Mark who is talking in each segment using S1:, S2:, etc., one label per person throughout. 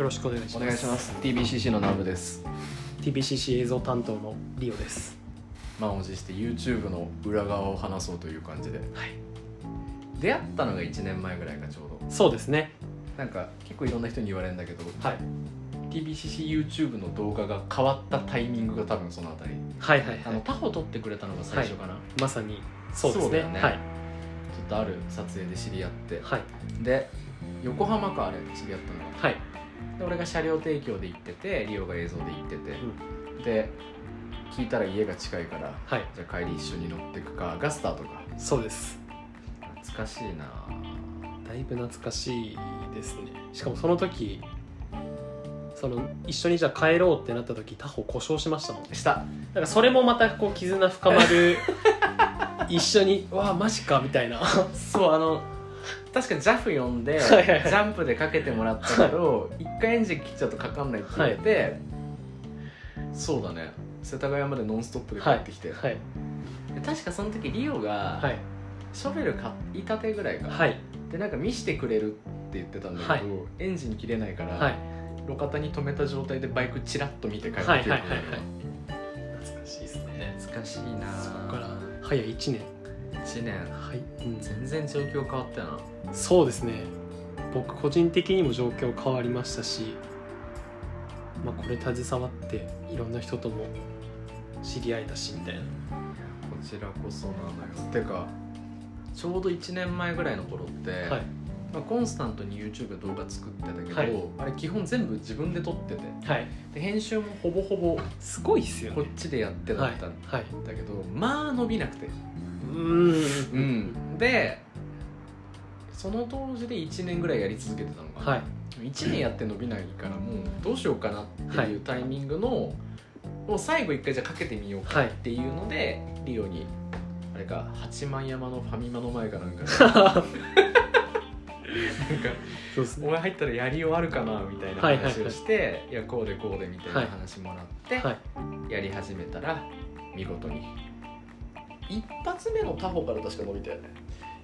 S1: ろしくお願いします
S2: お願いします TBCC の南部です
S1: TBCC 映像担当のリオです
S2: 満を持して YouTube の裏側を話そうという感じで
S1: はい
S2: 出会ったのが1年前ぐらいかちょうど
S1: そうですね
S2: なんか結構いろんな人に言われるんだけど、
S1: はい
S2: TBCCYouTube の動画が変わったタイミングが多分そのあたり
S1: はいはい
S2: あ
S1: は
S2: の
S1: い
S2: 他方撮ってくれたのが最初かな、
S1: まさにそうです
S2: そうだ
S1: ね
S2: よね
S1: はい
S2: ちょっとある撮影で知り合って
S1: はい
S2: で横浜かあれ知り合ったのが
S1: はい
S2: で俺が車両提供で行っててリオが映像で行ってて、で聞いたら家が近いから
S1: はい
S2: じゃあ帰り一緒に乗ってくかがスタートか
S1: そうです
S2: 懐かしいな
S1: だいぶ懐かしいですねしかもその時その一緒にじゃあ帰ろうってなった時他方故障しましたもんだ
S2: した
S1: からそれもまたこう絆深ま る一緒に「わあマジか」みたいなは
S2: そうあの確か JAF 呼んでジ
S1: はいはいはい
S2: ャンプでかけてもらったけど一回エンジン切っちゃうとかかんないって言って、そうだね世田谷までノンストップで帰ってきて、
S1: い
S2: で確かその時リオが、
S1: はい
S2: ショベル買いたてぐらいか、
S1: はい
S2: でなんか見してくれるって言ってたんだけど、
S1: はい
S2: エンジン切れないから、
S1: はい
S2: 路肩に止めた状態でバイクチラッと見て帰ってきて
S1: はいはいはいはい懐かしいですね
S2: 懐かしいな
S1: そこから早い1年
S2: 1年
S1: はい、うん
S2: 全然状況変わったよな
S1: そうですね僕個人的にも状況変わりましたし、まあ、これ携わっていろんな人とも知り合えたしみたいな
S2: こちらこそなのよてかちょうど1年前ぐらいの頃って、
S1: はい
S2: まあ、コンスタントに YouTube 動画作ってたけど、
S1: はい
S2: あれ基本全部自分で撮ってて
S1: はい
S2: で編集もほぼほぼ
S1: すごいっすよ
S2: こ
S1: ね
S2: っちでやってだ
S1: は
S2: っ
S1: い
S2: たん
S1: はい
S2: だけど、まあ伸びなくて
S1: うー
S2: うんんでその当時で1年ぐらいやり続けてたのが、
S1: はい
S2: 1年やって伸びないからもうどうしようかなっていうタイミングの、もう最後一回じゃあかけてみようか
S1: はい
S2: っていうので、リオにあれか八幡山のファミマの前かなん かでなんか
S1: そうです
S2: 「
S1: ね
S2: お前入ったらやりようあるかな」みたいな
S1: はいはいはい
S2: 話をして「いやこうでこうで」みたいな
S1: はい
S2: 話もらって、
S1: はい
S2: やり始めたら見事に一発目の他方から確か伸びたよね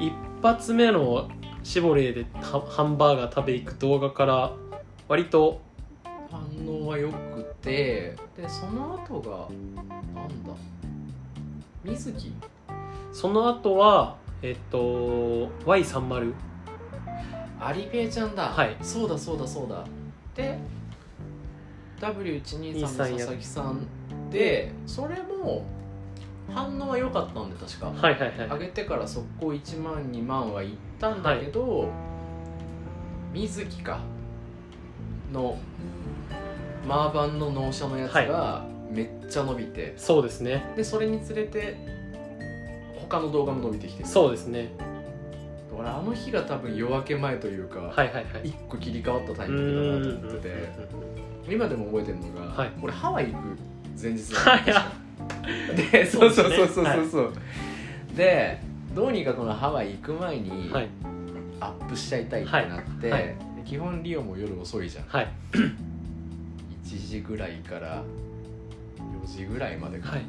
S1: 一発目のシボレーでたハンバーガー食べ行く動画から割と
S2: 反応は良くてでその後がなんだ水木
S1: その後はえっと Y30
S2: アリペイちゃんだ
S1: はい
S2: そうだそうだそうだで W123 の
S1: 23
S2: 佐々木さんでそれも反応は良かったんで確か、
S1: はいはいはい
S2: 上げてから速攻1万2万はいったんだけど、水木かのマーバンの納車のやつがめっちゃ伸びて、
S1: そうですね
S2: でそれにつれて他の動画も伸びてきてる
S1: そうですね
S2: 俺あの日が多分夜明け前というか、
S1: はいはいはい
S2: 一個切り替わったタイ
S1: う
S2: ミングだなと思
S1: ん
S2: ってて今でも覚えてるのが、
S1: はい
S2: 俺ハワイ行く前日
S1: は
S2: だ
S1: いは
S2: ったでそうそうそう
S1: そ
S2: そうう
S1: ですね
S2: そうそう、でどうにかこのハワイ行く前に
S1: はい
S2: アップしちゃいたいってなって、
S1: はいはい
S2: で基本リオも夜遅いじゃん
S1: はい
S2: 1時ぐらいから4時ぐらいまでか、
S1: はい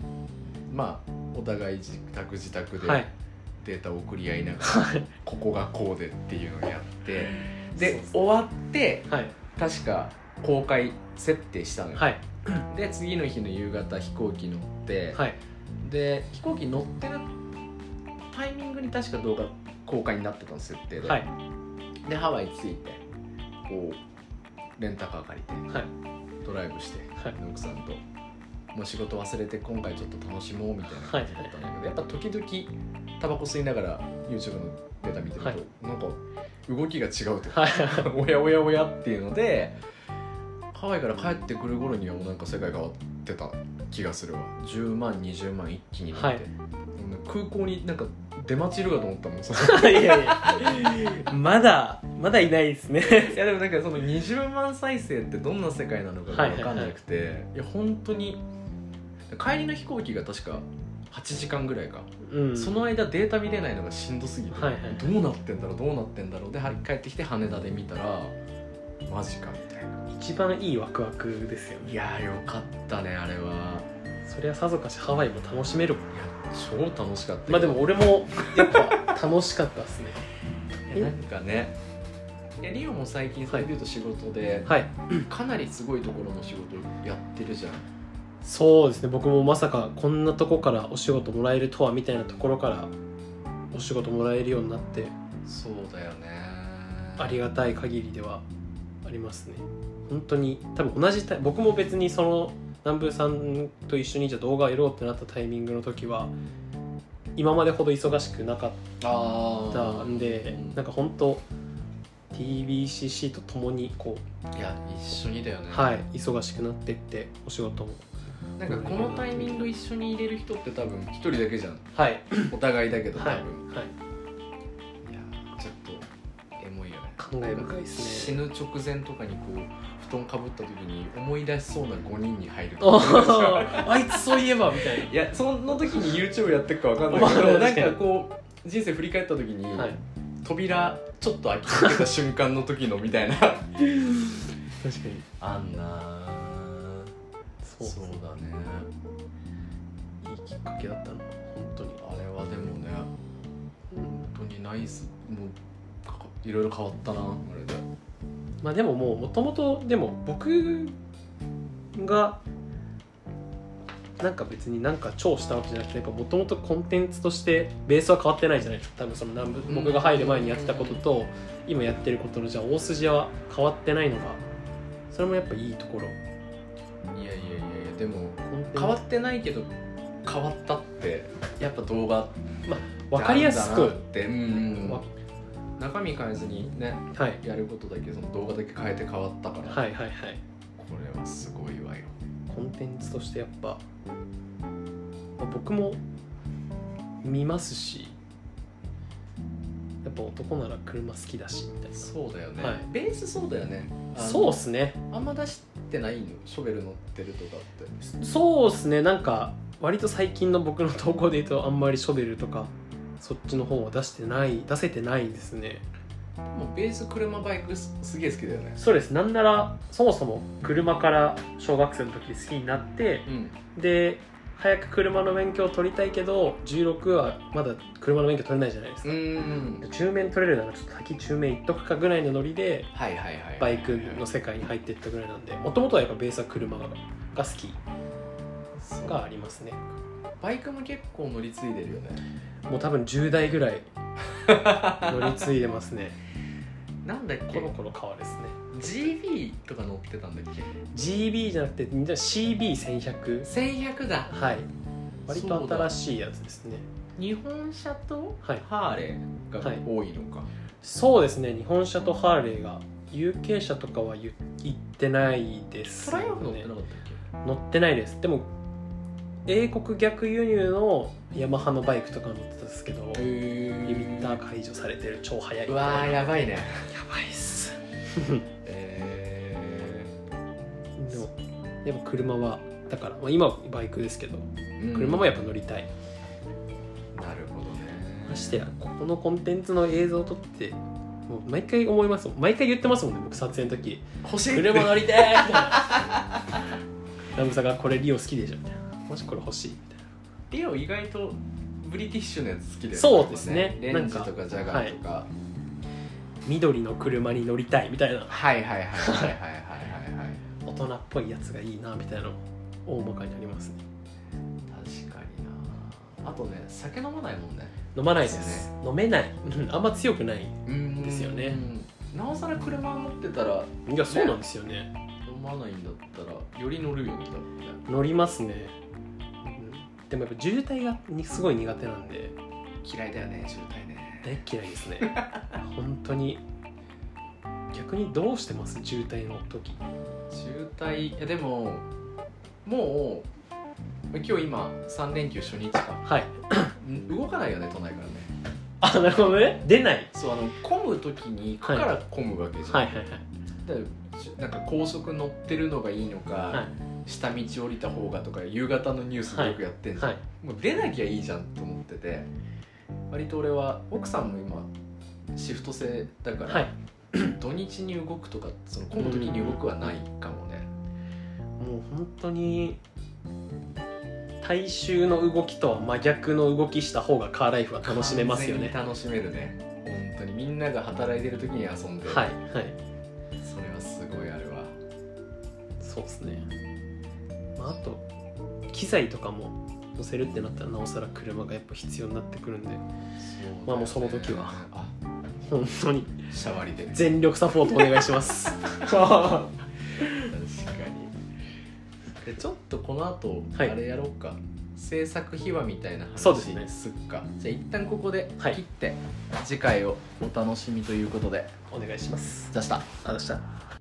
S2: まあお互い自宅自宅で、
S1: はい
S2: データを送り合いながら
S1: はい
S2: ここがこうでっていうのをやって
S1: そう
S2: で
S1: ですね
S2: 終わって
S1: はい
S2: 確か公開設定したのよ、
S1: はい
S2: で次の日の夕方飛行機乗って、
S1: はい
S2: で飛行機乗ってるタイミングに確か動画公開になってたの設定で、
S1: はい
S2: でハワイ着いてこうレンタカー借りて
S1: はい
S2: ドライブして、
S1: はい
S2: 奥さんと。もう仕事忘れて今回ちょっと楽しもうみたいな感じだったんだけど、やっぱ時々タバコ吸いながら YouTube のデータ見てると、
S1: はい
S2: なんか動きが違うというか
S1: はい
S2: おやおやおやっていうのでハワイから帰ってくる頃にはもうなんか世界変わってた気がするわ10万20万一気になって、
S1: はい
S2: 空港になんか出待ちいるかと思ったもんその
S1: はいいやいやまだまだいないですね
S2: いやでもなんかその20万再生ってどんな世界なのかが分かんなくて、いや本当に帰りの飛行機が確か8時間ぐらいか、
S1: うん
S2: その間データ見れないのがしんどすぎて、
S1: はいはい
S2: どうなってんだろうどうなってんだろうでは帰ってきて羽田で見たらマジかみたいな。
S1: 一番いいワクワクですよ
S2: い
S1: ね
S2: やーよかったねあれは
S1: そりゃさぞかしハワイも楽しめるもん
S2: いや超楽しかった
S1: まあでも俺もやっぱ楽しかったですね
S2: いやなんかねえリオも最近サイビューと仕事で、
S1: はい
S2: かなりすごいところの仕事やってるじゃん
S1: そうですね僕もまさかこんなとこからお仕事もらえるとはみたいなところからお仕事もらえるようになって
S2: そうだよね
S1: ありがたい限りではありますね本当に多分同じタイ僕も別にその南部さんと一緒にじゃあ動画やろうってなったタイミングの時は今までほど忙しくなかっ
S2: あ
S1: たんで
S2: うん
S1: なんか本当 TBCC とともにこう、
S2: いや一緒にだよね
S1: はい、忙しくなってってお仕事も
S2: なんかこのタイミング一緒に入れる人って多分一人だけじゃん
S1: はい
S2: お互いだけど多分、
S1: はい、はい
S2: い、、やちょっとエモいよね
S1: 感慨深いです
S2: 死
S1: ね
S2: ぬ直前とかにこう布団かぶった時に思い出しそうな5人に入る
S1: おーあいつそういえばみたい
S2: いやその時に YouTube やってるかわかんないけ
S1: ま
S2: どなん
S1: あ確かに
S2: かこう人生振り返った時に、
S1: な、はい、
S2: 扉ちょっと開きかけた瞬間の時のみたい な
S1: 確かに
S2: あんなー
S1: そう
S2: そうだね
S1: いいきっかけだったの本当に
S2: あれはでもね本当にナイスもうかいろいろ変わったなあれで
S1: まあでももうもともとでも僕がなんか別になんか超したわけじゃなくてもともとコンテンツとしてベースは変わってないじゃないですか多分その南部
S2: うん
S1: 僕が入る前にやってたことと今やってることのじゃあ大筋は変わってないのがそれもやっぱいいところ
S2: いやいやいやいやでも
S1: コンテンツ
S2: 変わってないけど変わったってやっぱ動画
S1: わかりやすく
S2: なんだなって、うんうん
S1: わ
S2: 中身変えずにね
S1: はい
S2: やることだけその動画だけ変えて変わったから、
S1: はいはいはい
S2: これはすごいわよ
S1: コンテンツとしてやっぱ、まあ僕も見ますしやっぱ男なら車好きだしみたいな
S2: そうだよね、
S1: はい
S2: ベースそうだよねあの
S1: そうっすね
S2: あんま出してないのショベル乗ってるとかって
S1: そうっすねなんか割と最近の僕の投稿で言うとあんまりショベルとかそっちの方は出してない出せてないですね
S2: もうベース車バイクすすげえ好きだよね
S1: そうですなんならそもそも車から小学生の時好きになって
S2: うん
S1: で早く車の免許を取りたいけど16はまだ車の免許取れないじゃないです
S2: う
S1: か、
S2: ん
S1: 中面取れるならちょっと先中面行っとくかぐらいのノリで
S2: はいはいはい
S1: バイクの世界に入っていったぐらいなんでもともとはやっぱベースは車が好き
S2: そう
S1: がありますね
S2: バイクも結構乗り継いでるよね
S1: もう多分10代ぐらい乗り継いでま すね
S2: なんだっ
S1: コロコロ川ですね
S2: GB とか乗ってたんだっけ
S1: GB じゃなくて CB1100
S2: 1100だ
S1: はい割
S2: そう
S1: と
S2: だ
S1: 新しいやつですね
S2: 日本車と
S1: はい
S2: ハーレーが
S1: はい
S2: 多いのか、
S1: そうですね日本車とハーレーが有形車とかは言行ってないです、
S2: ト
S1: ね、
S2: ライアンフ乗ってなかったっ
S1: 乗ってないですでも英国逆輸入のヤマハのバイクとか乗ってたんですけど
S2: けへ
S1: リミッター解除されてる超速いう
S2: わーやばいね
S1: やばいっす
S2: え
S1: でもでも車はだから、まあ、今はバイクですけど車もやっぱ乗りたい、
S2: なるほどね
S1: ましてやここのコンテンツの映像を撮ってもう毎回思いますもん毎回言ってますもんね僕撮影の時
S2: 欲しい
S1: 車乗りてーみた いなラムさんがこれリオ好きでしょみたいなもしこれ欲しいみたいな
S2: リオ意外とブリティッシュのやつ好きだよね
S1: そうですね
S2: レンジとかジャガーとか
S1: 緑の車に乗りたいみたいな
S2: はいはいはいはいはいはいはいはい
S1: 大人っぽいやつがいいなみたいなの大まかにありますね
S2: 確かになあとね酒飲まないもんね
S1: 飲まないです
S2: です
S1: 飲めないうんあんま強くない
S2: うん
S1: ですよね
S2: なおさら車持ってたら
S1: いやそうなんですよね
S2: 飲まないんだったらより乗るよね多分ね
S1: 乗りますね、うんでもやっぱ渋滞がにすごい苦手なんで
S2: 嫌いだよね渋滞ね
S1: 大っ嫌いですね本当に逆にどうしてます渋滞の時
S2: 渋滞いやでももう今日今3連休初日か
S1: はい
S2: ん動かないよね都内からね
S1: あなるほどね出ない
S2: そうあの混む時に行くから混むわけじゃん、
S1: はいはいはい
S2: だからしなんか高速乗ってるのがいいのか、
S1: は
S2: 下道降りた方がとか夕方のニュースでよくやってんじゃん、
S1: はい
S2: もう出なきゃいいじゃんと思ってて割と俺は奥さんも今シフト制だから、
S1: はい
S2: 土日に動くとかその混む時に動くはないかもね、
S1: もう本当に大衆の動きとは真逆の動きした方がカーライフは楽しめますよね
S2: 完全に楽しめるね本当にみんなが働いてる時に遊んで、
S1: はいはい
S2: それはすごいあるわ
S1: そうですね、まあ、あと機材とかも乗せるってなったらなおさら車がやっぱ必要になってくるんでまあもうその時は
S2: あ
S1: 本当に
S2: シャワリで確
S1: 全力サポートお願いしますは
S2: かにでちょっとこの後、
S1: はい
S2: あれやろうか制作秘話みたいな話
S1: そうですね
S2: っかじゃあ一旦ここで
S1: はい
S2: 切って、次回をお楽しみということで
S1: お願いします
S2: じゃあした
S1: あどうした